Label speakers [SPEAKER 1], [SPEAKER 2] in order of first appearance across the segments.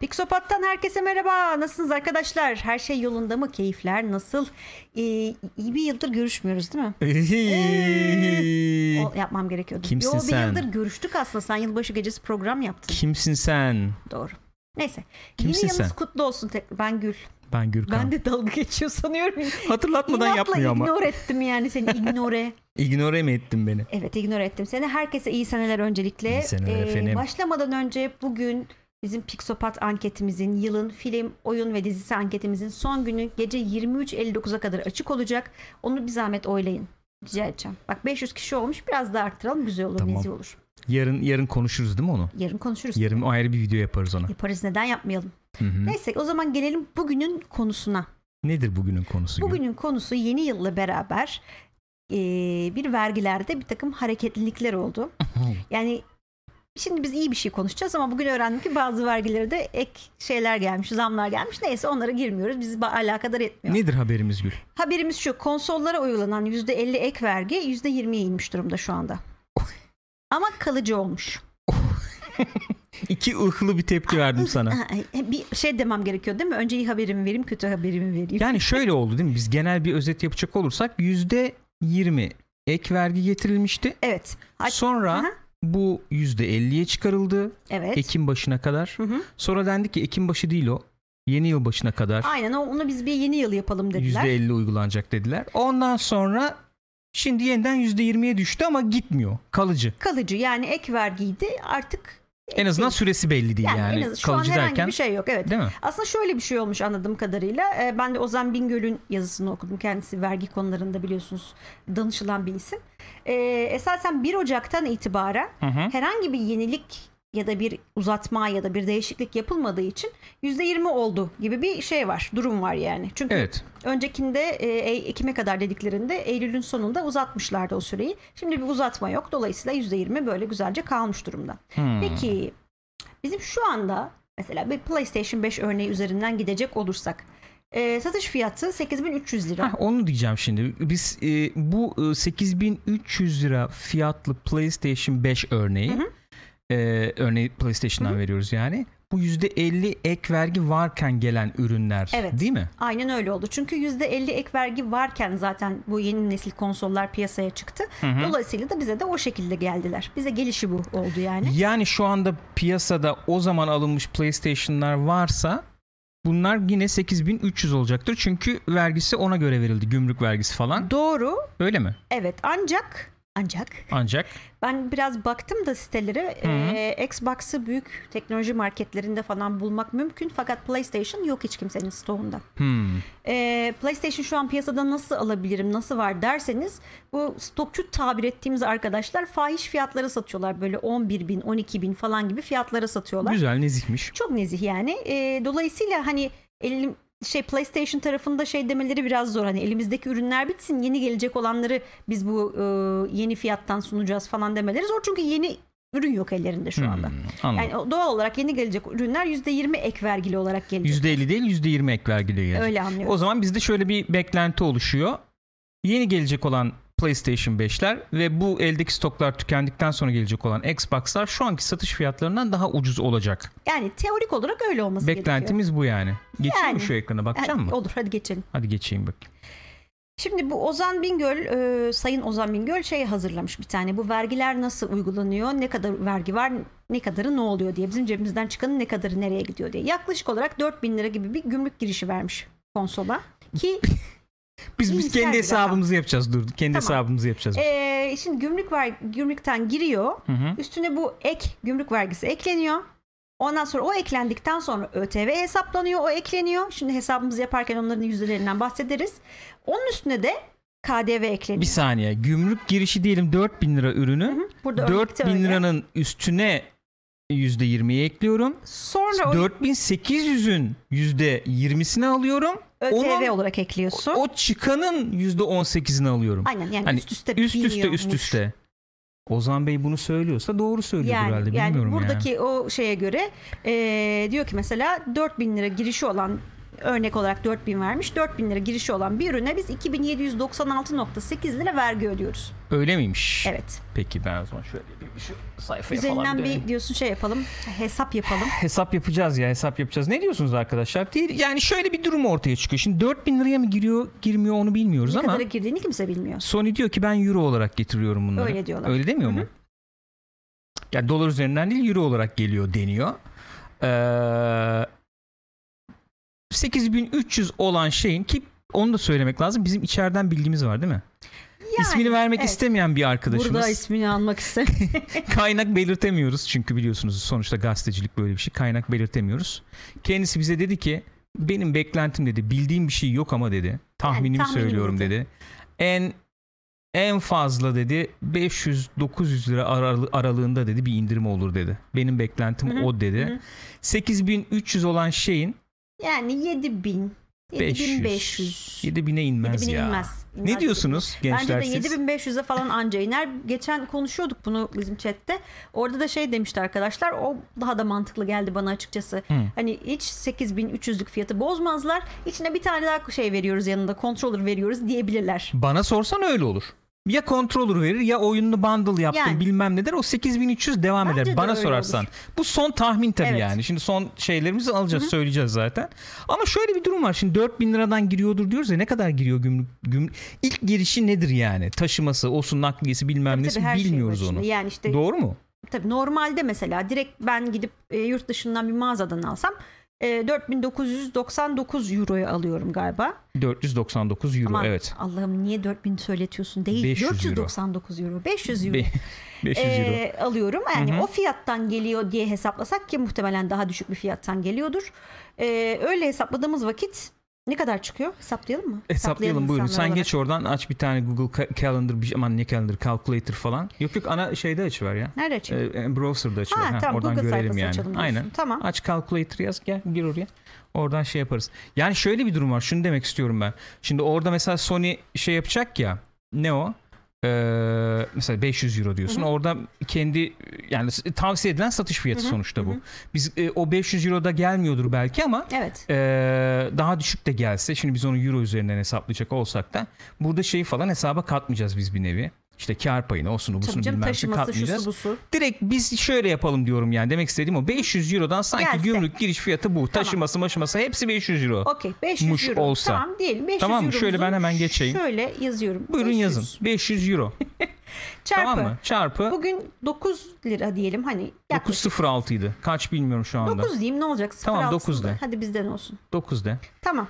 [SPEAKER 1] Pixopat'tan herkese merhaba. Nasılsınız arkadaşlar? Her şey yolunda mı? Keyifler nasıl? Ee, iyi bir yıldır görüşmüyoruz değil mi? O yapmam gerekiyordu.
[SPEAKER 2] Kimsin
[SPEAKER 1] Yo,
[SPEAKER 2] sen?
[SPEAKER 1] Bir yıldır görüştük aslında. Sen yılbaşı gecesi program yaptın.
[SPEAKER 2] Kimsin sen?
[SPEAKER 1] Doğru. Neyse.
[SPEAKER 2] Kimsin
[SPEAKER 1] Yeni yılınız
[SPEAKER 2] sen?
[SPEAKER 1] kutlu olsun. Tek- Ben Gül.
[SPEAKER 2] Ben Gürkan.
[SPEAKER 1] Ben de dalga geçiyor sanıyorum.
[SPEAKER 2] Hatırlatmadan
[SPEAKER 1] İnatla
[SPEAKER 2] yapmıyor ama.
[SPEAKER 1] ignore ettim yani seni. Ignore.
[SPEAKER 2] İgnore mi ettin beni?
[SPEAKER 1] Evet ignore ettim seni. Herkese iyi seneler öncelikle. Ee,
[SPEAKER 2] İyi seneler efendim.
[SPEAKER 1] Başlamadan önce bugün bizim Pixopat anketimizin yılın film, oyun ve dizisi anketimizin son günü gece 23.59'a kadar açık olacak. Onu bir zahmet oylayın. Rica edeceğim. Bak 500 kişi olmuş biraz daha arttıralım güzel olur
[SPEAKER 2] Tamam.
[SPEAKER 1] nezih olur.
[SPEAKER 2] Yarın yarın konuşuruz değil mi onu?
[SPEAKER 1] Yarın konuşuruz.
[SPEAKER 2] Yarın ayrı bir video yaparız ona.
[SPEAKER 1] Yaparız neden yapmayalım.
[SPEAKER 2] Hı hı.
[SPEAKER 1] Neyse o zaman gelelim bugünün konusuna.
[SPEAKER 2] Nedir bugünün konusu? Gül?
[SPEAKER 1] Bugünün konusu yeni yılla beraber eee, bir vergilerde bir takım hareketlilikler oldu. Yani şimdi biz iyi bir şey konuşacağız ama bugün öğrendik ki bazı vergilere de ek şeyler gelmiş, zamlar gelmiş. Neyse onlara girmiyoruz. Bizi ba- alakadar etmiyor.
[SPEAKER 2] Nedir haberimiz Gül?
[SPEAKER 1] Haberimiz şu. Konsollara uygulanan %50 ek vergi %20'ye inmiş durumda şu anda. Ama kalıcı olmuş.
[SPEAKER 2] İki ıhlı bir tepki verdim sana.
[SPEAKER 1] Ha, Bir şey demem gerekiyor değil mi? Önce iyi haberimi vereyim, kötü haberimi vereyim.
[SPEAKER 2] Yani şöyle oldu değil mi? Biz genel bir özet yapacak olursak yüzde yirmi ek vergi getirilmişti.
[SPEAKER 1] Evet. Ay-
[SPEAKER 2] Sonra
[SPEAKER 1] Aha,
[SPEAKER 2] bu yüzde elliye çıkarıldı
[SPEAKER 1] Evet.
[SPEAKER 2] Ekim başına kadar.
[SPEAKER 1] Hı hı.
[SPEAKER 2] Sonra dendi ki Ekim başı değil o. Yeni yıl başına kadar
[SPEAKER 1] Aynen o- onu biz bir yeni yıl yapalım dediler.
[SPEAKER 2] %50 uygulanacak dediler. Ondan sonra şimdi yeniden %20'ye düştü ama gitmiyor. Kalıcı.
[SPEAKER 1] Kalıcı yani ek vergiydi artık.
[SPEAKER 2] En azından süresi belli değil yani.
[SPEAKER 1] en azı- şu an
[SPEAKER 2] Kalıcı
[SPEAKER 1] herhangi
[SPEAKER 2] derken
[SPEAKER 1] bir şey yok. Evet.
[SPEAKER 2] değil mi?
[SPEAKER 1] Aslında şöyle bir şey olmuş anladığım kadarıyla. Ee, Ben de Ozan Bingöl'ün yazısını okudum. Kendisi vergi konularında biliyorsunuz danışılan bir isim. Ee, esasen 1 Ocak'tan itibaren
[SPEAKER 2] Hı hı.
[SPEAKER 1] herhangi bir yenilik ya da bir uzatma ya da bir değişiklik yapılmadığı için %20 oldu gibi bir şey var. Durum var yani. Çünkü
[SPEAKER 2] Evet.
[SPEAKER 1] öncekinde e, E- Ekim'e kadar dediklerinde Eylül'ün sonunda uzatmışlardı o süreyi. Şimdi bir uzatma yok. Dolayısıyla %20 böyle güzelce kalmış durumda.
[SPEAKER 2] Hmm.
[SPEAKER 1] Peki bizim şu anda mesela bir PlayStation 5 örneği üzerinden gidecek olursak e, satış fiyatı 8300 lira.
[SPEAKER 2] Hah, onu diyeceğim şimdi. Biz e, bu e, 8300 lira fiyatlı PlayStation 5 örneği
[SPEAKER 1] Hı hı.
[SPEAKER 2] e, örneği PlayStation'dan veriyoruz yani. Bu %50 ek vergi varken gelen ürünler
[SPEAKER 1] Evet.
[SPEAKER 2] değil mi?
[SPEAKER 1] Aynen öyle oldu. Çünkü %50 ek vergi varken zaten bu yeni nesil konsollar piyasaya çıktı. Dolayısıyla da bize de o şekilde geldiler. Bize gelişi bu oldu yani.
[SPEAKER 2] Yani şu anda piyasada o zaman alınmış PlayStation'lar varsa bunlar yine 8300 olacaktır. Çünkü vergisi ona göre verildi. Gümrük vergisi falan.
[SPEAKER 1] Doğru.
[SPEAKER 2] Öyle mi?
[SPEAKER 1] Evet. Ancak ancak
[SPEAKER 2] Ancak
[SPEAKER 1] ben biraz baktım da sitelere
[SPEAKER 2] Hı hı.
[SPEAKER 1] e, Xbox'ı büyük teknoloji marketlerinde falan bulmak mümkün fakat PlayStation yok hiç kimsenin stoğunda.
[SPEAKER 2] hmm,
[SPEAKER 1] Ee, PlayStation şu an piyasada nasıl alabilirim, nasıl var derseniz bu stokçu tabir ettiğimiz arkadaşlar fahiş fiyatlara satıyorlar. Böyle 11 bin, 12 bin falan gibi fiyatlara satıyorlar.
[SPEAKER 2] güzel nezihmiş.
[SPEAKER 1] Çok nezih yani. Ee, dolayısıyla hani elim şey PlayStation tarafında şey demeleri biraz zor. Hani elimizdeki ürünler bitsin, yeni gelecek olanları biz bu e, yeni fiyattan sunacağız falan demeleri zor. Çünkü yeni ürün yok ellerinde şu anda.
[SPEAKER 2] Hmm, anladım.
[SPEAKER 1] Yani o- doğal olarak yeni gelecek ürünler %20 ek vergili olarak gelecek.
[SPEAKER 2] %50 değil %20 ek vergi diyor.
[SPEAKER 1] Öyle anlıyorum.
[SPEAKER 2] O zaman bizde şöyle bir beklenti oluşuyor. Yeni gelecek olan PlayStation 5'ler ve bu eldeki stoklar tükendikten sonra gelecek olan Xbox'lar şu anki satış fiyatlarından daha ucuz olacak.
[SPEAKER 1] Yani teorik olarak öyle olması gerekiyor.
[SPEAKER 2] Beklentimiz bu yani. Geçeyim
[SPEAKER 1] Yani.
[SPEAKER 2] mi şu ekrana bakacağım
[SPEAKER 1] Yani
[SPEAKER 2] mı?
[SPEAKER 1] Olur hadi geçelim.
[SPEAKER 2] Hadi geçeyim bakayım.
[SPEAKER 1] Şimdi bu Ozan Bingöl, e, Sayın Ozan Bingöl şey hazırlamış bir tane. Bu vergiler nasıl uygulanıyor, ne kadar vergi var, ne kadarı ne oluyor diye. Bizim cebimizden çıkanın ne kadarı nereye gidiyor diye. Yaklaşık olarak 4000 lira gibi bir gümrük girişi vermiş konsola. Ki
[SPEAKER 2] Biz biz
[SPEAKER 1] İyimser
[SPEAKER 2] kendi
[SPEAKER 1] bir
[SPEAKER 2] hesabımızı yapacağız dur. Kendi
[SPEAKER 1] Tamam.
[SPEAKER 2] hesabımızı yapacağız.
[SPEAKER 1] e, şimdi gümrük ver, gümrükten giriyor.
[SPEAKER 2] Hı hı.
[SPEAKER 1] Üstüne bu ek gümrük vergisi ekleniyor. Ondan sonra o eklendikten sonra ÖTV hesaplanıyor, o ekleniyor. Şimdi hesabımızı yaparken onların yüzdelerinden bahsederiz. Onun üstüne de KDV ekleniyor.
[SPEAKER 2] Bir saniye. Gümrük girişi diyelim 4000 lira ürünü.
[SPEAKER 1] Burada örnekte
[SPEAKER 2] 4000
[SPEAKER 1] öyle.
[SPEAKER 2] liranın üstüne %20'yi ekliyorum.
[SPEAKER 1] Sonra o
[SPEAKER 2] 4800'ün %20'sini alıyorum.
[SPEAKER 1] ÖTV
[SPEAKER 2] Onun-
[SPEAKER 1] olarak ekliyorsun.
[SPEAKER 2] O çıkanın %18'ini alıyorum.
[SPEAKER 1] Aynen yani
[SPEAKER 2] Hani
[SPEAKER 1] üst üste
[SPEAKER 2] Üst üste
[SPEAKER 1] biniyormuş.
[SPEAKER 2] üst üste. Ozan Bey bunu söylüyorsa doğru söylüyor
[SPEAKER 1] Yani,
[SPEAKER 2] herhalde.
[SPEAKER 1] yani
[SPEAKER 2] Bilmiyorum yani.
[SPEAKER 1] buradaki o şeye göre eee, diyor ki mesela 4000 lira girişi olan örnek olarak 4000 vermiş. 4000 lira girişi olan bir ürüne biz 2796.8 lira vergi ödüyoruz.
[SPEAKER 2] Öyle miymiş?
[SPEAKER 1] Evet.
[SPEAKER 2] Peki ben o zaman şöyle bir şu sayfaya falan
[SPEAKER 1] Üzerinden
[SPEAKER 2] döneyim.
[SPEAKER 1] bir diyorsun şey yapalım. Hesap yapalım.
[SPEAKER 2] Hesap yapacağız ya hesap yapacağız. Ne diyorsunuz arkadaşlar? Değil, yani şöyle bir durum ortaya çıkıyor. Şimdi 4000 liraya mı giriyor girmiyor onu bilmiyoruz
[SPEAKER 1] Ne
[SPEAKER 2] ama
[SPEAKER 1] kadara girdiğini kimse bilmiyor.
[SPEAKER 2] Sony diyor ki ben euro olarak getiriyorum bunları.
[SPEAKER 1] Öyle diyorlar.
[SPEAKER 2] Öyle demiyor mu? Yani dolar üzerinden değil euro olarak geliyor deniyor. Ee, 8300 olan şeyin ki onu da söylemek lazım. Bizim içeriden bilgimiz var değil mi?
[SPEAKER 1] Yani,
[SPEAKER 2] İsmini vermek
[SPEAKER 1] evet.
[SPEAKER 2] istemeyen bir arkadaşımız.
[SPEAKER 1] Burada ismini almak istemiyorum.
[SPEAKER 2] Kaynak belirtemiyoruz çünkü biliyorsunuz sonuçta gazetecilik böyle bir şey. Kaynak belirtemiyoruz. Kendisi bize dedi ki benim beklentim dedi bildiğim bir şey yok ama dedi. Tahminimi
[SPEAKER 1] tahminim
[SPEAKER 2] söylüyorum
[SPEAKER 1] dedi.
[SPEAKER 2] dedi. En en fazla dedi 500-900 lira aralı- aralığında dedi bir indirim olur dedi. Benim beklentim
[SPEAKER 1] Hı hı,
[SPEAKER 2] o dedi.
[SPEAKER 1] hı hı.
[SPEAKER 2] 8300 olan şeyin
[SPEAKER 1] Yani 7000.
[SPEAKER 2] 500.
[SPEAKER 1] 7500.
[SPEAKER 2] 7000'e inmez
[SPEAKER 1] 7000
[SPEAKER 2] ya.
[SPEAKER 1] inmez.
[SPEAKER 2] Ne
[SPEAKER 1] İnmez.
[SPEAKER 2] diyorsunuz gençler
[SPEAKER 1] Bence de
[SPEAKER 2] siz?
[SPEAKER 1] 7500'e falan anca iner. Geçen konuşuyorduk bunu bizim chatte. Orada da şey demişti arkadaşlar. O daha da mantıklı geldi bana açıkçası. Hani hiç 8300'lük fiyatı bozmazlar. İçine bir tane daha şey veriyoruz yanında. Controller veriyoruz diyebilirler.
[SPEAKER 2] Bana sorsan öyle olur. Ya controller verir ya oyunlu bundle yaptım
[SPEAKER 1] Yani.
[SPEAKER 2] bilmem ne der. O 8300 devam
[SPEAKER 1] Bence
[SPEAKER 2] eder
[SPEAKER 1] de
[SPEAKER 2] bana
[SPEAKER 1] öyle
[SPEAKER 2] sorarsan.
[SPEAKER 1] olur.
[SPEAKER 2] Bu son tahmin tabii
[SPEAKER 1] Evet.
[SPEAKER 2] yani. Şimdi son şeylerimizi alacağız söyleyeceğiz zaten. Ama şöyle bir durum var. Şimdi 4000 liradan giriyordur diyoruz ya ne kadar giriyor gümrük, gümrük- İlk girişi nedir yani? Taşıması, olsun nakliyesi bilmem
[SPEAKER 1] Tabii
[SPEAKER 2] nesi
[SPEAKER 1] tabii her şey var
[SPEAKER 2] bilmiyoruz
[SPEAKER 1] içinde.
[SPEAKER 2] onu.
[SPEAKER 1] Yani işte
[SPEAKER 2] Doğru mu?
[SPEAKER 1] Tabii normalde mesela direkt ben gidip e, yurt dışından bir mağazadan alsam e, 4999 euroya alıyorum galiba.
[SPEAKER 2] 499 euro
[SPEAKER 1] Aman
[SPEAKER 2] evet.
[SPEAKER 1] Allah'ım niye 4000 söyletiyorsun değil
[SPEAKER 2] 500 euro.
[SPEAKER 1] 499 euro. 500 euro.
[SPEAKER 2] Be- 500 euro.
[SPEAKER 1] e, alıyorum. Yani
[SPEAKER 2] Hı hı.
[SPEAKER 1] o fiyattan geliyor diye hesaplasak ki muhtemelen daha düşük bir fiyattan geliyordur. E, öyle hesapladığımız vakit ne kadar çıkıyor? Hesaplayalım mı?
[SPEAKER 2] Hesaplayalım buyurun. Sen
[SPEAKER 1] insanlar olarak.
[SPEAKER 2] geç oradan aç bir tane Google Ca- Calendar bir şey- aman ne Calendar Calculator falan. Yok yok ana şeyde açıver ya.
[SPEAKER 1] Nerede açayım?
[SPEAKER 2] Ee, browser'da açılıyor.
[SPEAKER 1] ha,
[SPEAKER 2] Ha,
[SPEAKER 1] tamam
[SPEAKER 2] oradan
[SPEAKER 1] Google
[SPEAKER 2] görelim
[SPEAKER 1] sayfası
[SPEAKER 2] yani.
[SPEAKER 1] açalım. diyorsun.
[SPEAKER 2] Aynen.
[SPEAKER 1] Tamam.
[SPEAKER 2] Aç calculator yaz gel gir oraya. Oradan şey yaparız. Yani şöyle bir durum var. Şunu demek istiyorum ben. Şimdi orada mesela Sony şey yapacak ya. Ne o? Ee, mesela 500 euro diyorsun. Orada kendi yani s- tavsiye edilen satış fiyatı sonuçta bu. Biz e, o 500 euro da gelmiyordur belki ama
[SPEAKER 1] Evet.
[SPEAKER 2] ee, daha düşük de gelse şimdi biz onu euro üzerinden hesaplayacak olsak da burada şeyi falan hesaba katmayacağız biz bir nevi. İşte kar payını osunu
[SPEAKER 1] Tabii
[SPEAKER 2] busunu
[SPEAKER 1] canım
[SPEAKER 2] bilmem ne
[SPEAKER 1] taşıması
[SPEAKER 2] katmayacağız.
[SPEAKER 1] şusu busu.
[SPEAKER 2] Direkt biz şöyle yapalım diyorum yani demek istediğim o 500 Euro'dan sanki
[SPEAKER 1] Gelse.
[SPEAKER 2] gümrük giriş fiyatı bu. Taşıması maşıması hepsi 500 Euro.
[SPEAKER 1] Okey 500
[SPEAKER 2] Muş
[SPEAKER 1] euro.
[SPEAKER 2] olsa.
[SPEAKER 1] Tamam diyelim 500
[SPEAKER 2] Tamam mı?
[SPEAKER 1] euromuzun
[SPEAKER 2] Şöyle ben hemen geçeyim.
[SPEAKER 1] Şöyle yazıyorum.
[SPEAKER 2] Buyurun
[SPEAKER 1] 500
[SPEAKER 2] yazın 500 Euro
[SPEAKER 1] Çarpı.
[SPEAKER 2] tamam mı? Çarpı
[SPEAKER 1] Bugün 9 lira diyelim hani yaklaşık
[SPEAKER 2] 9.06 idi. Kaç bilmiyorum şu anda.
[SPEAKER 1] 9 diyeyim ne olacak?
[SPEAKER 2] Tamam,
[SPEAKER 1] 06 'sında.
[SPEAKER 2] dokuz de.
[SPEAKER 1] Hadi bizden olsun.
[SPEAKER 2] 9 de
[SPEAKER 1] Tamam.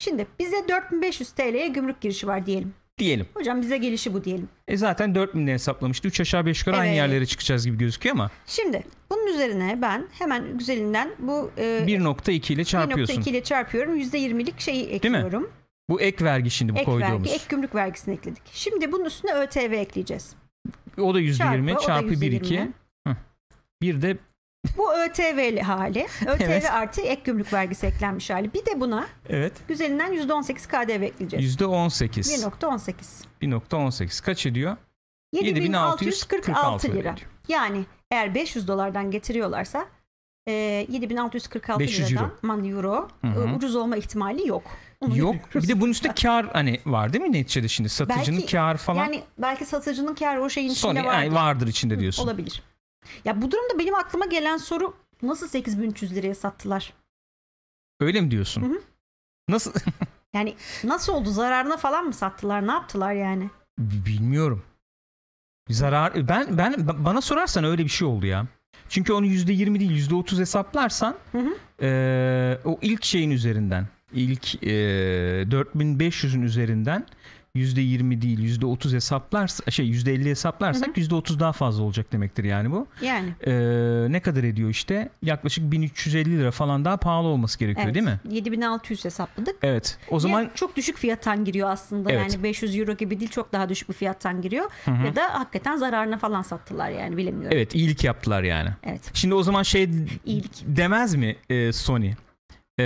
[SPEAKER 1] Şimdi bize 4500 TL'ye gümrük girişi var diyelim.
[SPEAKER 2] diyelim.
[SPEAKER 1] Hocam bize gelişi bu diyelim.
[SPEAKER 2] E zaten 4000 de hesaplamıştı. 3 aşağı 5 yukarı aynı
[SPEAKER 1] Evet.
[SPEAKER 2] yerlere çıkacağız gibi gözüküyor ama
[SPEAKER 1] Şimdi bunun üzerine ben hemen güzelinden bu e,
[SPEAKER 2] 1.2 ile çarpıyorsun.
[SPEAKER 1] 1.2 ile çarpıyorum. %20'lik şeyi
[SPEAKER 2] mi?
[SPEAKER 1] ekliyorum.
[SPEAKER 2] Bu ek vergi şimdi bu
[SPEAKER 1] Ek
[SPEAKER 2] koyduğumuz.
[SPEAKER 1] vergi, ek gümrük vergisini ekledik. Şimdi bunun üstüne ÖTV ekleyeceğiz.
[SPEAKER 2] O da %20
[SPEAKER 1] Çarpı, o da
[SPEAKER 2] çarpı,
[SPEAKER 1] %20.
[SPEAKER 2] 1 2. Bir de
[SPEAKER 1] Bu ÖTV'li hali. ÖTV
[SPEAKER 2] Evet.
[SPEAKER 1] artı ek gümrük vergisi eklenmiş hali. Bir de buna
[SPEAKER 2] evet
[SPEAKER 1] güzelinden %18 KDV ekleyeceğiz.
[SPEAKER 2] %18.
[SPEAKER 1] 1.18.
[SPEAKER 2] 1.18 kaç ediyor?
[SPEAKER 1] 7646 lira.
[SPEAKER 2] ediyor.
[SPEAKER 1] Yani eğer 500 dolardan getiriyorlarsa e, 7646
[SPEAKER 2] 500
[SPEAKER 1] liradan aman euro
[SPEAKER 2] Hı hı.
[SPEAKER 1] e, ucuz olma ihtimali yok. Onu
[SPEAKER 2] Yok.
[SPEAKER 1] biliyoruz.
[SPEAKER 2] Bir de bunun üstünde kar hani var değil mi neticede şimdi satıcının
[SPEAKER 1] Belki-
[SPEAKER 2] kar falan.
[SPEAKER 1] Yani belki satıcının kârı o şeyin
[SPEAKER 2] Sony
[SPEAKER 1] içinde
[SPEAKER 2] yani
[SPEAKER 1] vardır.
[SPEAKER 2] vardır. içinde diyorsun.
[SPEAKER 1] Olabilir. Ya bu durumda benim aklıma gelen soru nasıl 8300 liraya sattılar?
[SPEAKER 2] Öyle mi diyorsun?
[SPEAKER 1] Hı hı.
[SPEAKER 2] Nasıl
[SPEAKER 1] Yani nasıl oldu? Zararına falan mı sattılar? Ne yaptılar yani?
[SPEAKER 2] bilmiyorum. Zarar ben ben bana sorarsan öyle bir şey oldu ya. Çünkü onu %20 değil %30 hesaplarsan
[SPEAKER 1] Hı hı.
[SPEAKER 2] Ee, o ilk şeyin üzerinden ilk ee, 4500'ün üzerinden %20 değil %30 hesaplarsa şey %50 hesaplarsak %30 daha fazla olacak demektir yani bu.
[SPEAKER 1] Yani.
[SPEAKER 2] Ee, ne kadar ediyor işte? Yaklaşık 1350 lira falan daha pahalı olması gerekiyor
[SPEAKER 1] Evet.
[SPEAKER 2] değil mi?
[SPEAKER 1] 7600 hesapladık.
[SPEAKER 2] Evet. O zaman
[SPEAKER 1] Ya çok düşük fiyattan giriyor aslında
[SPEAKER 2] Evet.
[SPEAKER 1] yani 500 euro gibi değil çok daha düşük bir fiyattan giriyor ya da hakikaten zararına falan sattılar yani bilemiyorum.
[SPEAKER 2] evet iyilik yaptılar yani.
[SPEAKER 1] Evet.
[SPEAKER 2] Şimdi o zaman şey
[SPEAKER 1] İyilik.
[SPEAKER 2] demez mi e, Sony? E,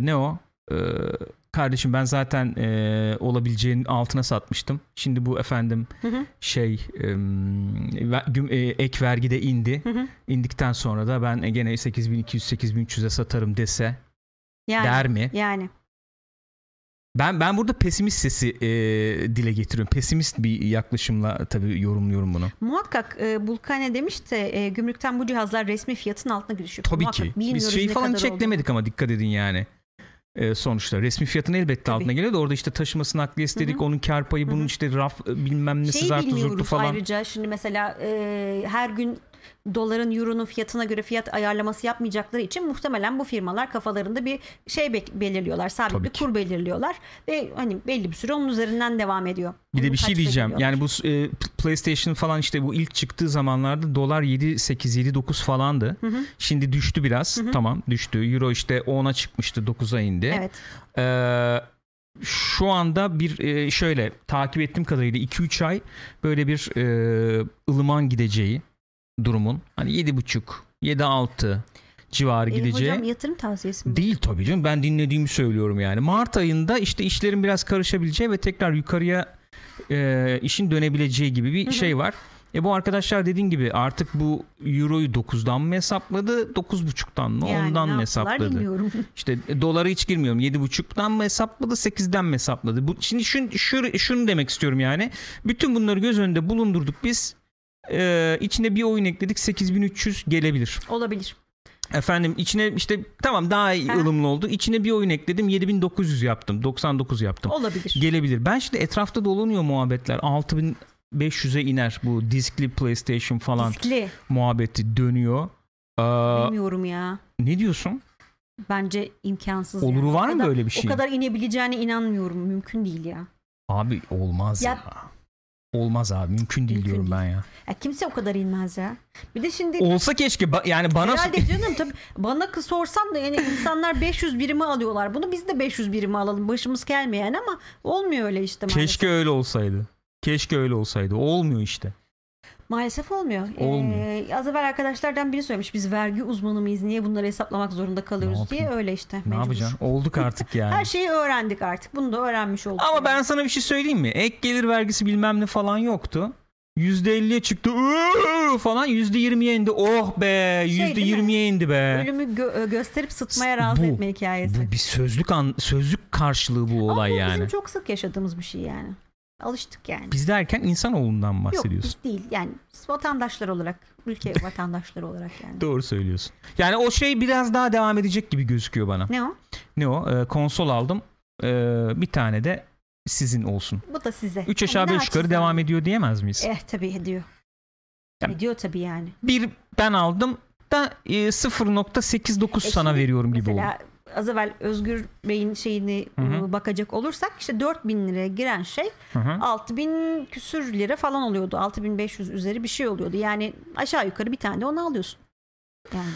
[SPEAKER 2] ne o? E, kardeşim ben zaten e, olabileceğin altına satmıştım. Şimdi bu efendim
[SPEAKER 1] hı.
[SPEAKER 2] şey e, ver- güm- e, ek vergi de e, indi. İndikten sonra da ben gene 8200 8300'e satarım dese
[SPEAKER 1] Yani,
[SPEAKER 2] der mi?
[SPEAKER 1] yani.
[SPEAKER 2] Ben ben burada pesimist sesi e, dile getiriyorum. Pesimist bir yaklaşımla tabii yorumluyorum bunu.
[SPEAKER 1] Muhakkak e, Bulkane demiş de e, gümrükten bu cihazlar resmi fiyatın altına girişiyor.
[SPEAKER 2] Tabii
[SPEAKER 1] Muhakkak
[SPEAKER 2] ki.
[SPEAKER 1] bilmiyoruz
[SPEAKER 2] Biz şeyi
[SPEAKER 1] ne
[SPEAKER 2] falan
[SPEAKER 1] kadar olduğunu.
[SPEAKER 2] çeklemedik ama dikkat edin yani. Ee, sonuçta resmi fiyatın elbette altına geliyor da orada işte taşıması nakliyesi dedik onun kar payı bunun işte raf e, bilmem nesi
[SPEAKER 1] Şeyi
[SPEAKER 2] zartı zurtu
[SPEAKER 1] bilmiyoruz
[SPEAKER 2] falan.
[SPEAKER 1] ayrıca şimdi mesela e, her gün doların euronun fiyatına göre fiyat ayarlaması yapmayacakları için muhtemelen bu firmalar kafalarında bir şey bek- belirliyorlar sabit
[SPEAKER 2] Tabii
[SPEAKER 1] bir
[SPEAKER 2] ki.
[SPEAKER 1] kur belirliyorlar ve hani belli bir süre onun üzerinden devam ediyor.
[SPEAKER 2] Bir de
[SPEAKER 1] Bunu
[SPEAKER 2] bir şey
[SPEAKER 1] kaç
[SPEAKER 2] diyeceğim.
[SPEAKER 1] belirliyorlar?
[SPEAKER 2] Yani bu e, PlayStation falan işte bu ilk çıktığı zamanlarda dolar 7 8 7 9 falandı. Şimdi düştü biraz. Tamam düştü. Euro işte 10'a çıkmıştı 9'a indi.
[SPEAKER 1] evet.
[SPEAKER 2] Ee, şu anda bir e, şöyle takip ettiğim kadarıyla 2-3 ay böyle bir e, ılıman gideceği durumun hani 7.5 7.6 civarı
[SPEAKER 1] E,
[SPEAKER 2] gideceği
[SPEAKER 1] hocam yatırım tavsiyesi mi?
[SPEAKER 2] değil tabii canım ben dinlediğimi söylüyorum yani Mart ayında işte işlerin biraz karışabileceği ve tekrar yukarıya e, işin dönebileceği gibi bir şey var. E bu arkadaşlar dediğin gibi artık bu Euro'yu 9'dan mı hesapladı 9.5'tan mı
[SPEAKER 1] Yani ne
[SPEAKER 2] ondan
[SPEAKER 1] yaptılar
[SPEAKER 2] mı hesapladı?
[SPEAKER 1] Bilmiyorum.
[SPEAKER 2] İşte e, dolara hiç girmiyorum. 7.5'dan mı hesapladı, 8'den mi hesapladı? Bu şimdi şun, şu, şunu demek istiyorum yani. Bütün bunları göz önünde bulundurduk biz. Ee, içine bir oyun ekledik 8300 gelebilir.
[SPEAKER 1] Olabilir.
[SPEAKER 2] Efendim içine işte tamam daha iyi
[SPEAKER 1] Aha.
[SPEAKER 2] ılımlı oldu. İçine bir oyun ekledim 7900 yaptım. 99 yaptım.
[SPEAKER 1] Olabilir.
[SPEAKER 2] Gelebilir. Ben şimdi etrafta dolanıyor muhabbetler. 6500'e iner bu diskli PlayStation falan
[SPEAKER 1] Riskli.
[SPEAKER 2] muhabbeti dönüyor. Aa,
[SPEAKER 1] Bilmiyorum ya.
[SPEAKER 2] ne diyorsun?
[SPEAKER 1] Bence imkansız. yani.
[SPEAKER 2] Oluru
[SPEAKER 1] O
[SPEAKER 2] var mı
[SPEAKER 1] kadar-
[SPEAKER 2] böyle bir şey?
[SPEAKER 1] O kadar inebileceğine inanmıyorum. Mümkün değil ya.
[SPEAKER 2] Abi olmaz ya.
[SPEAKER 1] Ya-
[SPEAKER 2] Olmaz abi mümkün değil
[SPEAKER 1] Mümkün
[SPEAKER 2] diyorum ben ya.
[SPEAKER 1] ya. Kimse o kadar inmez ya. Bir de şimdi
[SPEAKER 2] Olsa keşke ba- yani bana
[SPEAKER 1] herhalde canım tabii bana kı- sorsam da yani insanlar 500 birimi alıyorlar. Bunu biz de 500 birimi alalım. Başımız gelmeyen ama olmuyor öyle işte maalesef.
[SPEAKER 2] keşke öyle olsaydı. Keşke öyle olsaydı. Olmuyor işte.
[SPEAKER 1] Maalesef olmuyor.
[SPEAKER 2] Olmuyor.
[SPEAKER 1] Ee, az evvel arkadaşlardan biri söylemiş biz vergi uzmanı mıyız niye bunları hesaplamak zorunda
[SPEAKER 2] Ne
[SPEAKER 1] kalıyoruz diye
[SPEAKER 2] yapayım?
[SPEAKER 1] öyle işte.
[SPEAKER 2] Ne
[SPEAKER 1] mecbur.
[SPEAKER 2] yapacaksın? Olduk artık yani.
[SPEAKER 1] Her şey şeyi öğrendik artık. Bunu da öğrenmiş olduk.
[SPEAKER 2] Ama
[SPEAKER 1] yani.
[SPEAKER 2] ben sana bir şey söyleyeyim mi? Ek gelir vergisi bilmem ne falan yoktu. %50'ye çıktı "Iıı" falan %20'ye indi. Oh be
[SPEAKER 1] Şey değil mi?
[SPEAKER 2] %20'ye indi be.
[SPEAKER 1] ölümü gö- e, gösterip sıtmaya razı
[SPEAKER 2] Bu-
[SPEAKER 1] etme hikayesi.
[SPEAKER 2] Bu bir sözlük an sözlük karşılığı bu
[SPEAKER 1] Ama
[SPEAKER 2] olay
[SPEAKER 1] bu
[SPEAKER 2] yani.
[SPEAKER 1] bizim çok sık yaşadığımız bir şey yani. Alıştık yani.
[SPEAKER 2] Biz derken insanoğlundan mı
[SPEAKER 1] Yok
[SPEAKER 2] bahsediyorsun.
[SPEAKER 1] biz değil yani biz vatandaşlar olarak ülke vatandaşları olarak yani.
[SPEAKER 2] Doğru söylüyorsun. Yani o şey biraz daha devam edecek gibi gözüküyor bana.
[SPEAKER 1] Ne o?
[SPEAKER 2] Ne o? Ee, konsol aldım. Ee, bir tane de sizin olsun.
[SPEAKER 1] Bu da size. Hani
[SPEAKER 2] 3 aşağı 5 yukarı devam ediyor diyemez miyiz?
[SPEAKER 1] Eh tabii ediyor.
[SPEAKER 2] Yani-
[SPEAKER 1] Ediyor tabii yani.
[SPEAKER 2] Bir ben aldım da e, 0.89
[SPEAKER 1] E
[SPEAKER 2] sana
[SPEAKER 1] şimdi
[SPEAKER 2] veriyorum gibi oldu.
[SPEAKER 1] Mesela az evvel Özgür Bey'in şeyini
[SPEAKER 2] Hı hı.
[SPEAKER 1] e, bakacak olursak işte 4000 liraya giren şey
[SPEAKER 2] Hı hı.
[SPEAKER 1] 6000 küsür lira falan oluyordu. 6500 üzeri bir şey oluyordu. Yani aşağı yukarı bir tane de onu alıyorsun. Yani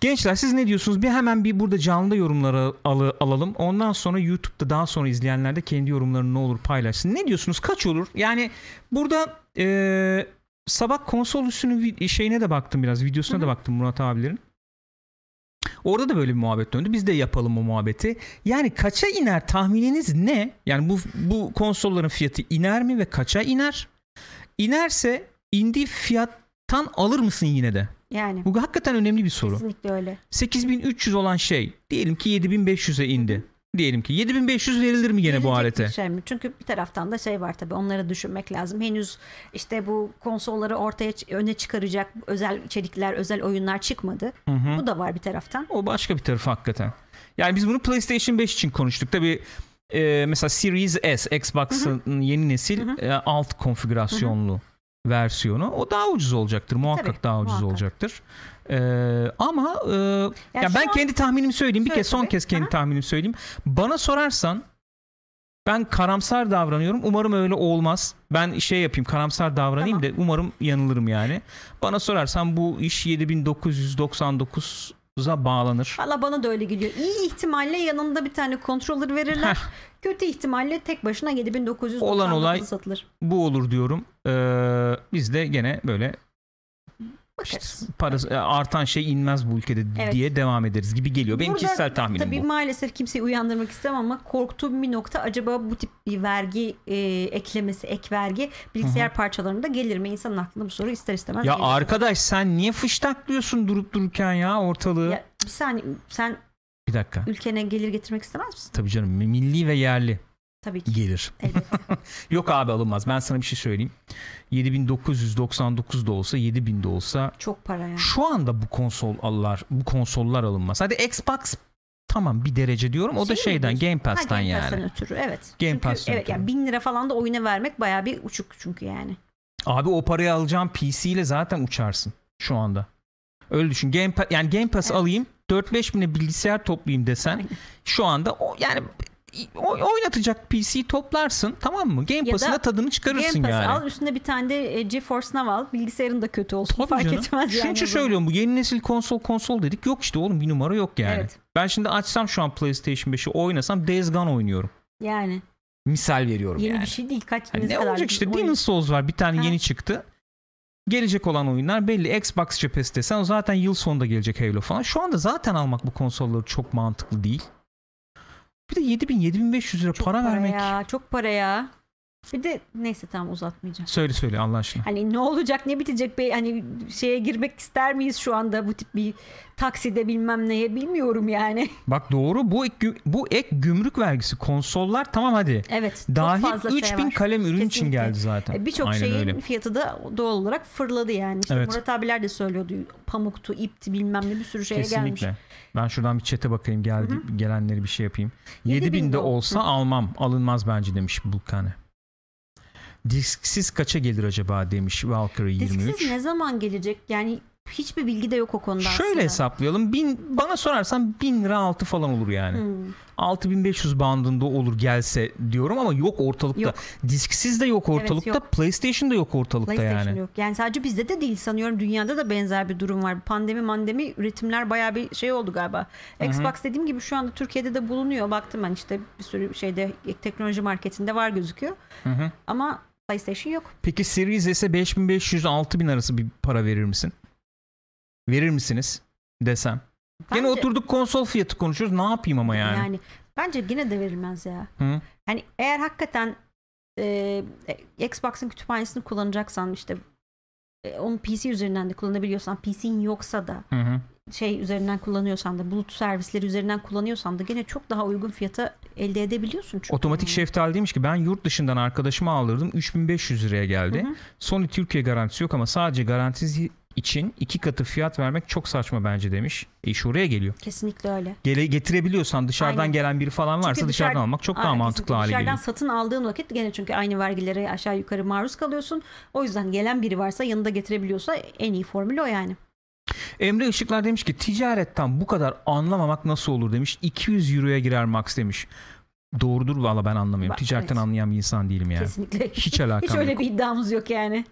[SPEAKER 2] Gençler siz ne diyorsunuz? Bir hemen bir burada canlı yorumları alı- alalım. Ondan sonra YouTube'da daha sonra izleyenler de kendi yorumlarını ne olur paylaşsın. Ne diyorsunuz? Kaç olur? Yani burada e, sabah konsol üstünün vi- şeyine de baktım biraz. Videosuna da baktım Murat abilerin. Orada da böyle bir muhabbet döndü. Biz de yapalım o muhabbeti. Yani kaça iner tahmininiz ne? Yani bu bu konsolların fiyatı iner mi ve kaça iner? İnerse indiği fiyattan alır mısın yine de?
[SPEAKER 1] yani
[SPEAKER 2] Bu hakikaten önemli bir soru.
[SPEAKER 1] kesinlikle öyle.
[SPEAKER 2] 8300 olan şey diyelim ki 7500'e indi. Diyelim ki 7500 verilir mi gene bu
[SPEAKER 1] Gelecek
[SPEAKER 2] alete?
[SPEAKER 1] bir şey mi? Çünkü bir taraftan da şey var tabii onları düşünmek lazım. Henüz işte bu konsolları ortaya ç- öne çıkaracak özel içerikler, özel oyunlar çıkmadı.
[SPEAKER 2] Hı hı.
[SPEAKER 1] Bu da var bir taraftan.
[SPEAKER 2] O başka bir tarafı hakikaten. Yani biz bunu PlayStation 5 için konuştuk. Tabi e, mesela Series S, Xbox'ın yeni nesil e, alt konfigürasyonlu versiyonu. O daha ucuz olacaktır. Muhakkak
[SPEAKER 1] tabii,
[SPEAKER 2] daha ucuz
[SPEAKER 1] muhakkak.
[SPEAKER 2] olacaktır. E, ama e, ya
[SPEAKER 1] şu
[SPEAKER 2] ben
[SPEAKER 1] an-
[SPEAKER 2] kendi tahminimi söyleyeyim. Bir
[SPEAKER 1] Söyle
[SPEAKER 2] kez son
[SPEAKER 1] tabii.
[SPEAKER 2] kez kendi
[SPEAKER 1] Aha.
[SPEAKER 2] tahminimi söyleyeyim. Bana sorarsan ben karamsar davranıyorum. Umarım öyle olmaz. Ben şey yapayım karamsar davranayım
[SPEAKER 1] Tamam.
[SPEAKER 2] da umarım yanılırım yani. Bana sorarsan bu iş 7999'a bağlanır.
[SPEAKER 1] Valla bana da öyle geliyor. İyi ihtimalle yanında bir tane controller verirler. Kötü ihtimalle tek başına 7900
[SPEAKER 2] Olan olay-
[SPEAKER 1] satılır.
[SPEAKER 2] bu olur diyorum. Ee, biz de gene böyle işte
[SPEAKER 1] Bakarız.
[SPEAKER 2] parası artan şey inmez bu ülkede
[SPEAKER 1] Evet.
[SPEAKER 2] diye devam ederiz gibi geliyor. Benim
[SPEAKER 1] Burada
[SPEAKER 2] kişisel tahminim
[SPEAKER 1] Tabii
[SPEAKER 2] bu.
[SPEAKER 1] maalesef kimseyi uyandırmak istemem ama korktuğum bir nokta acaba bu tip bir vergi e, eklemesi, ek vergi bilgisayar parçalarında gelir mi? İnsanın aklına bu soru ister istemez
[SPEAKER 2] Ya
[SPEAKER 1] geliyor.
[SPEAKER 2] arkadaş sen niye fıştaklıyorsun durup dururken ya ortalığı?
[SPEAKER 1] Ya bir saniye sen
[SPEAKER 2] bir Bir dakika.
[SPEAKER 1] Ülkene gelir getirmek istemez misin?
[SPEAKER 2] Tabii canım milli ve yerli
[SPEAKER 1] Tabii ki.
[SPEAKER 2] gelir.
[SPEAKER 1] Elbette.
[SPEAKER 2] Yok abi alınmaz. Ben sana bir şey söyleyeyim. 7999 da olsa 7000 de olsa
[SPEAKER 1] Çok para yani.
[SPEAKER 2] şu anda bu konsollar bu konsollar alınmaz. Hadi Xbox tamam bir derece diyorum. O
[SPEAKER 1] Şey
[SPEAKER 2] da
[SPEAKER 1] mi
[SPEAKER 2] şeyden
[SPEAKER 1] diyorsun?
[SPEAKER 2] Game
[SPEAKER 1] Ha,
[SPEAKER 2] Pass'tan
[SPEAKER 1] Game
[SPEAKER 2] yani.
[SPEAKER 1] Pass'tan ötürü evet.
[SPEAKER 2] Game
[SPEAKER 1] çünkü,
[SPEAKER 2] Pass'tan
[SPEAKER 1] evet, yani
[SPEAKER 2] ötürü.
[SPEAKER 1] bin lira falan da oyuna vermek bayağı bir uçuk çünkü yani.
[SPEAKER 2] Abi o parayı alacağım PC ile zaten uçarsın şu anda. Öyle düşün. Game Pa- yani Game Pass
[SPEAKER 1] Evet.
[SPEAKER 2] alayım 4-5 bine bilgisayar toplayayım desen
[SPEAKER 1] Aynen.
[SPEAKER 2] şu anda o yani o- oynatacak PC toplarsın tamam mı? Game
[SPEAKER 1] da
[SPEAKER 2] Pass'ına tadını çıkarırsın
[SPEAKER 1] Game Pass
[SPEAKER 2] yani.
[SPEAKER 1] al üstüne bir tane de e, GeForce Now al. Bilgisayarın da kötü olsun
[SPEAKER 2] Tabii
[SPEAKER 1] fark
[SPEAKER 2] canım.
[SPEAKER 1] etmez yani.
[SPEAKER 2] Şunun için
[SPEAKER 1] bu.
[SPEAKER 2] söylüyorum bu yeni nesil konsol konsol dedik. Yok işte oğlum bir numara yok yani.
[SPEAKER 1] Evet.
[SPEAKER 2] Ben şimdi açsam şu an PlayStation 5'i oynasam Days Gone oynuyorum.
[SPEAKER 1] Yani
[SPEAKER 2] Misal veriyorum
[SPEAKER 1] yeni
[SPEAKER 2] yani.
[SPEAKER 1] bir şey değil kaç
[SPEAKER 2] Hani ne
[SPEAKER 1] kadar
[SPEAKER 2] olacak
[SPEAKER 1] bir
[SPEAKER 2] işte
[SPEAKER 1] oyun-
[SPEAKER 2] Demon's Souls var bir tane
[SPEAKER 1] Ha.
[SPEAKER 2] yeni çıktı. Gelecek olan oyunlar belli. Xbox cephesi desen o zaten yıl sonunda gelecek Halo falan. Şu anda zaten almak bu konsolları çok mantıklı değil. Bir de 7000 7500 lira
[SPEAKER 1] Çok
[SPEAKER 2] para, vermek.
[SPEAKER 1] ya, çok para ya. Bir de neyse tamam uzatmayacağım.
[SPEAKER 2] Söyle söyle Allah aşkına.
[SPEAKER 1] Hani ne olacak ne bitecek be hani şeye girmek ister miyiz şu anda bu tip bir takside bilmem neye bilmiyorum yani.
[SPEAKER 2] Bak doğru bu ek, gü- bu ek gümrük vergisi konsollar tamam hadi.
[SPEAKER 1] evet. çok fazla
[SPEAKER 2] Dahi
[SPEAKER 1] şey
[SPEAKER 2] 3000
[SPEAKER 1] var.
[SPEAKER 2] kalem ürün için
[SPEAKER 1] Kesinlikle.
[SPEAKER 2] geldi zaten.
[SPEAKER 1] E, Birçok
[SPEAKER 2] Aynen
[SPEAKER 1] şeyin
[SPEAKER 2] öyle.
[SPEAKER 1] fiyatı da doğal olarak fırladı yani. İşte
[SPEAKER 2] Evet.
[SPEAKER 1] Murat abiler de söylüyordu. Pamuktu, ipti bilmem ne bir sürü şeye
[SPEAKER 2] Kesinlikle.
[SPEAKER 1] gelmiş.
[SPEAKER 2] Ben şuradan bir çete bakayım geldi gelenleri bir şey yapayım.
[SPEAKER 1] 7000
[SPEAKER 2] 7000 de
[SPEAKER 1] de
[SPEAKER 2] olsa almam. Alınmaz bence demiş Bulkane. Disksiz kaça gelir acaba demiş Valkyrie 23.
[SPEAKER 1] Disksiz ne zaman gelecek? Yani hiçbir bilgi de yok o konuda
[SPEAKER 2] Şöyle
[SPEAKER 1] aslında.
[SPEAKER 2] hesaplayalım. Bin, bana sorarsan 1000 lira altı falan olur yani.
[SPEAKER 1] Hmm.
[SPEAKER 2] 6500 bandında olur gelse diyorum ama yok ortalıkta.
[SPEAKER 1] Yok.
[SPEAKER 2] Disksiz de yok ortalıkta.
[SPEAKER 1] yok.
[SPEAKER 2] PlayStation da yok ortalıkta
[SPEAKER 1] PlayStation
[SPEAKER 2] yani.
[SPEAKER 1] yok. Yani sadece bizde de değil sanıyorum dünyada da benzer bir durum var. Pandemi mandemi üretimler bayağı bir şey oldu galiba. Xbox dediğim gibi şu anda Türkiye'de de bulunuyor. Baktım ben işte bir sürü şeyde teknoloji marketinde var gözüküyor.
[SPEAKER 2] Hı hı.
[SPEAKER 1] Ama PlayStation yok.
[SPEAKER 2] Peki Series S'e 5500-6000 arası bir para verir misin? Verir misiniz desem? Gene
[SPEAKER 1] Bence-
[SPEAKER 2] oturduk konsol fiyatı konuşuyoruz. Ne yapayım ama yani?
[SPEAKER 1] Yani bence yine de verilmez ya.
[SPEAKER 2] Hı?
[SPEAKER 1] Hani eğer hakikaten e, e, Xbox'ın kütüphanesini kullanacaksan işte e, onu PC üzerinden de kullanabiliyorsan, PC'in yoksa da
[SPEAKER 2] Hı hı.
[SPEAKER 1] şey üzerinden kullanıyorsan da bulut servisleri üzerinden kullanıyorsan da gene çok daha uygun fiyata elde edebiliyorsun çünkü.
[SPEAKER 2] Otomatik
[SPEAKER 1] yani.
[SPEAKER 2] şeftali demiş ki ben yurt dışından arkadaşıma aldırdım. 3500 liraya geldi. Sony Türkiye garantisi yok ama sadece garantisi için iki katı fiyat vermek çok saçma bence demiş. E iş oraya geliyor.
[SPEAKER 1] Kesinlikle öyle.
[SPEAKER 2] Gele, getirebiliyorsan dışarıdan
[SPEAKER 1] Aynen.
[SPEAKER 2] gelen biri falan varsa
[SPEAKER 1] Çünkü
[SPEAKER 2] dışarıdan
[SPEAKER 1] dışarı-
[SPEAKER 2] almak çok daha
[SPEAKER 1] Aynen,
[SPEAKER 2] mantıklı
[SPEAKER 1] kesinlikle.
[SPEAKER 2] hale
[SPEAKER 1] Dışarıdan
[SPEAKER 2] geliyor.
[SPEAKER 1] satın aldığın vakit gene çünkü aynı vergilere aşağı yukarı maruz kalıyorsun. O yüzden gelen biri varsa yanında getirebiliyorsa en iyi formül o yani.
[SPEAKER 2] Emre Işıklar demiş ki ticaretten bu kadar anlamamak nasıl olur demiş. 200 euroya girer max demiş. Doğrudur valla ben anlamıyorum.
[SPEAKER 1] Ba-
[SPEAKER 2] Ticaretten
[SPEAKER 1] evet.
[SPEAKER 2] anlayan bir insan değilim yani.
[SPEAKER 1] Kesinlikle.
[SPEAKER 2] Hiç alakam
[SPEAKER 1] Hiç öyle
[SPEAKER 2] yok.
[SPEAKER 1] bir iddiamız yok yani.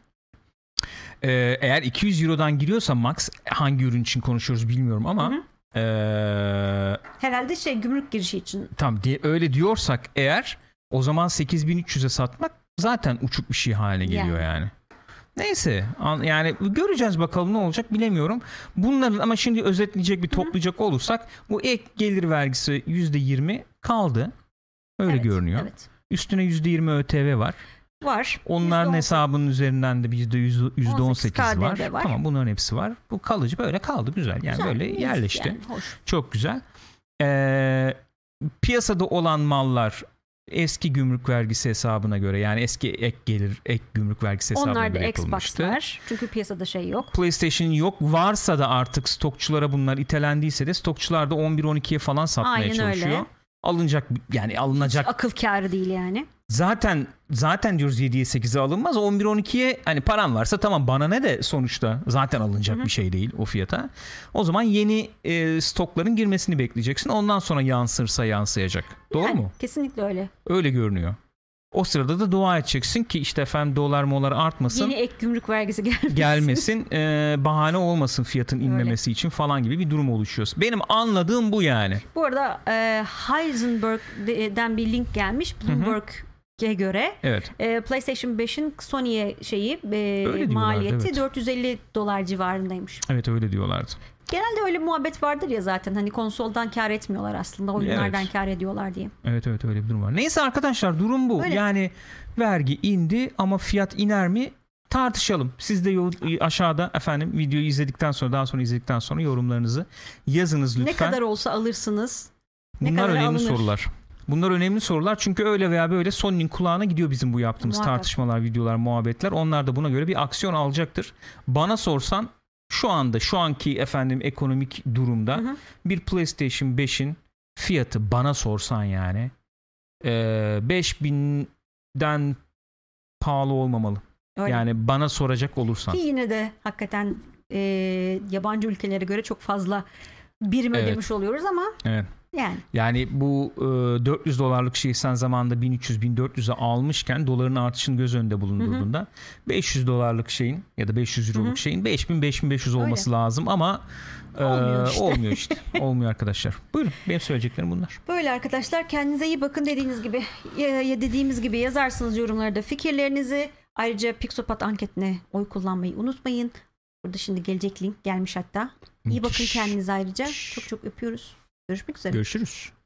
[SPEAKER 2] Ee, eğer 200 eurodan giriyorsa max hangi ürün için konuşuyoruz bilmiyorum ama
[SPEAKER 1] Hı hı.
[SPEAKER 2] ee,
[SPEAKER 1] Herhalde şey gümrük girişi için
[SPEAKER 2] tam diye öyle diyorsak eğer o zaman 8300'e satmak zaten uçuk bir şey haline geliyor yani.
[SPEAKER 1] Yani.
[SPEAKER 2] Neyse an- yani göreceğiz bakalım ne olacak bilemiyorum. Bunların ama şimdi özetleyecek bir toplayacak olursak bu ek gelir vergisi %20 kaldı. Öyle
[SPEAKER 1] Evet,
[SPEAKER 2] görünüyor.
[SPEAKER 1] Evet.
[SPEAKER 2] Üstüne %20 ÖTV var.
[SPEAKER 1] Var.
[SPEAKER 2] Onların
[SPEAKER 1] %18
[SPEAKER 2] hesabının üzerinden de bir %100 %18 var.
[SPEAKER 1] KDV var.
[SPEAKER 2] Tamam bunların hepsi var. Bu kalıcı böyle kaldı güzel. Yani
[SPEAKER 1] Güzel,
[SPEAKER 2] böyle
[SPEAKER 1] iyi
[SPEAKER 2] yerleşti.
[SPEAKER 1] yani, hoş.
[SPEAKER 2] Çok güzel. Ee, piyasada olan mallar eski gümrük vergisi hesabına göre yani eski ek gelir ek gümrük vergisi hesabına
[SPEAKER 1] Onlar da
[SPEAKER 2] göre yapılmıştı.
[SPEAKER 1] Xbox'lar. Çünkü piyasada şey yok.
[SPEAKER 2] PlayStation yok varsa da artık stokçulara bunlar itelendiyse de stokçular da 11-12'ye falan satmaya
[SPEAKER 1] Aynen öyle.
[SPEAKER 2] çalışıyor. Alınacak yani alınacak
[SPEAKER 1] Akıl kârı değil yani.
[SPEAKER 2] zaten zaten diyoruz 7'ye 8'e alınmaz. 11 12'ye hani paran varsa tamam bana ne de sonuçta zaten alınacak bir şey değil o fiyata. O zaman yeni e, stokların girmesini bekleyeceksin. Ondan sonra yansırsa yansıyacak. Doğru
[SPEAKER 1] Yani
[SPEAKER 2] mu?
[SPEAKER 1] Kesinlikle öyle.
[SPEAKER 2] Öyle görünüyor. O sırada da dua edeceksin ki işte efendim dolar molar artmasın.
[SPEAKER 1] Yeni ek gümrük vergisi gelmesin.
[SPEAKER 2] gelmesin e, bahane olmasın fiyatın inmemesi için falan gibi bir durum oluşuyor. Benim anladığım bu yani.
[SPEAKER 1] Bu arada e, Heisenberg'den bir link gelmiş. Bloomberg'e göre
[SPEAKER 2] Evet.
[SPEAKER 1] e, PlayStation 5'in Sony'e şeyi e,
[SPEAKER 2] diyorlardı,
[SPEAKER 1] maliyeti
[SPEAKER 2] evet.
[SPEAKER 1] 450 dolar civarındaymış.
[SPEAKER 2] Evet öyle diyorlardı.
[SPEAKER 1] Genelde öyle muhabbet vardır ya zaten hani konsoldan kar etmiyorlar aslında oyunlardan
[SPEAKER 2] Evet.
[SPEAKER 1] kar ediyorlar diye.
[SPEAKER 2] Evet evet öyle bir durum var. Neyse arkadaşlar durum bu.
[SPEAKER 1] Öyle.
[SPEAKER 2] Yani vergi indi ama fiyat iner mi? tartışalım. Siz de yo- aşağıda efendim videoyu izledikten sonra daha sonra izledikten sonra yorumlarınızı yazınız lütfen.
[SPEAKER 1] Ne kadar olsa alırsınız. ne
[SPEAKER 2] Bunlar
[SPEAKER 1] kadar
[SPEAKER 2] önemli
[SPEAKER 1] alınır?
[SPEAKER 2] sorular. Bunlar önemli sorular çünkü öyle veya böyle Sony'nin kulağına gidiyor bizim bu yaptığımız
[SPEAKER 1] Muhakkak.
[SPEAKER 2] tartışmalar, videolar, muhabbetler. Onlar da buna göre bir aksiyon alacaktır. Bana sorsan şu anda şu anki efendim ekonomik durumda
[SPEAKER 1] Hı hı.
[SPEAKER 2] bir PlayStation 5'in fiyatı bana sorsan yani eee, 5000'den pahalı olmamalı.
[SPEAKER 1] Öyle.
[SPEAKER 2] Yani bana soracak olursan.
[SPEAKER 1] Ki yine de hakikaten e, yabancı ülkelere göre çok fazla birim
[SPEAKER 2] Evet.
[SPEAKER 1] ödemiş oluyoruz ama
[SPEAKER 2] Evet.
[SPEAKER 1] yani
[SPEAKER 2] Yani bu e, 400 dolarlık şeyi sen zamanında 1300-1400'e almışken doların artışını göz önünde bulundurduğunda 500 dolarlık şeyin ya da 500 euroluk şeyin 5000-5500 olması lazım ama e,
[SPEAKER 1] Olmuyor işte.
[SPEAKER 2] olmuyor işte. olmuyor arkadaşlar. Buyurun benim söyleyeceklerim bunlar.
[SPEAKER 1] Böyle arkadaşlar kendinize iyi bakın dediğiniz gibi ya- ya dediğimiz gibi yazarsınız yorumlarda fikirlerinizi. Ayrıca Pixopat anketine oy kullanmayı unutmayın. Burada şimdi gelecek link gelmiş hatta. İyi bakın
[SPEAKER 2] Müthiş.
[SPEAKER 1] kendinize ayrıca.
[SPEAKER 2] Müthiş.
[SPEAKER 1] Çok çok öpüyoruz. Görüşmek üzere.
[SPEAKER 2] Görüşürüz.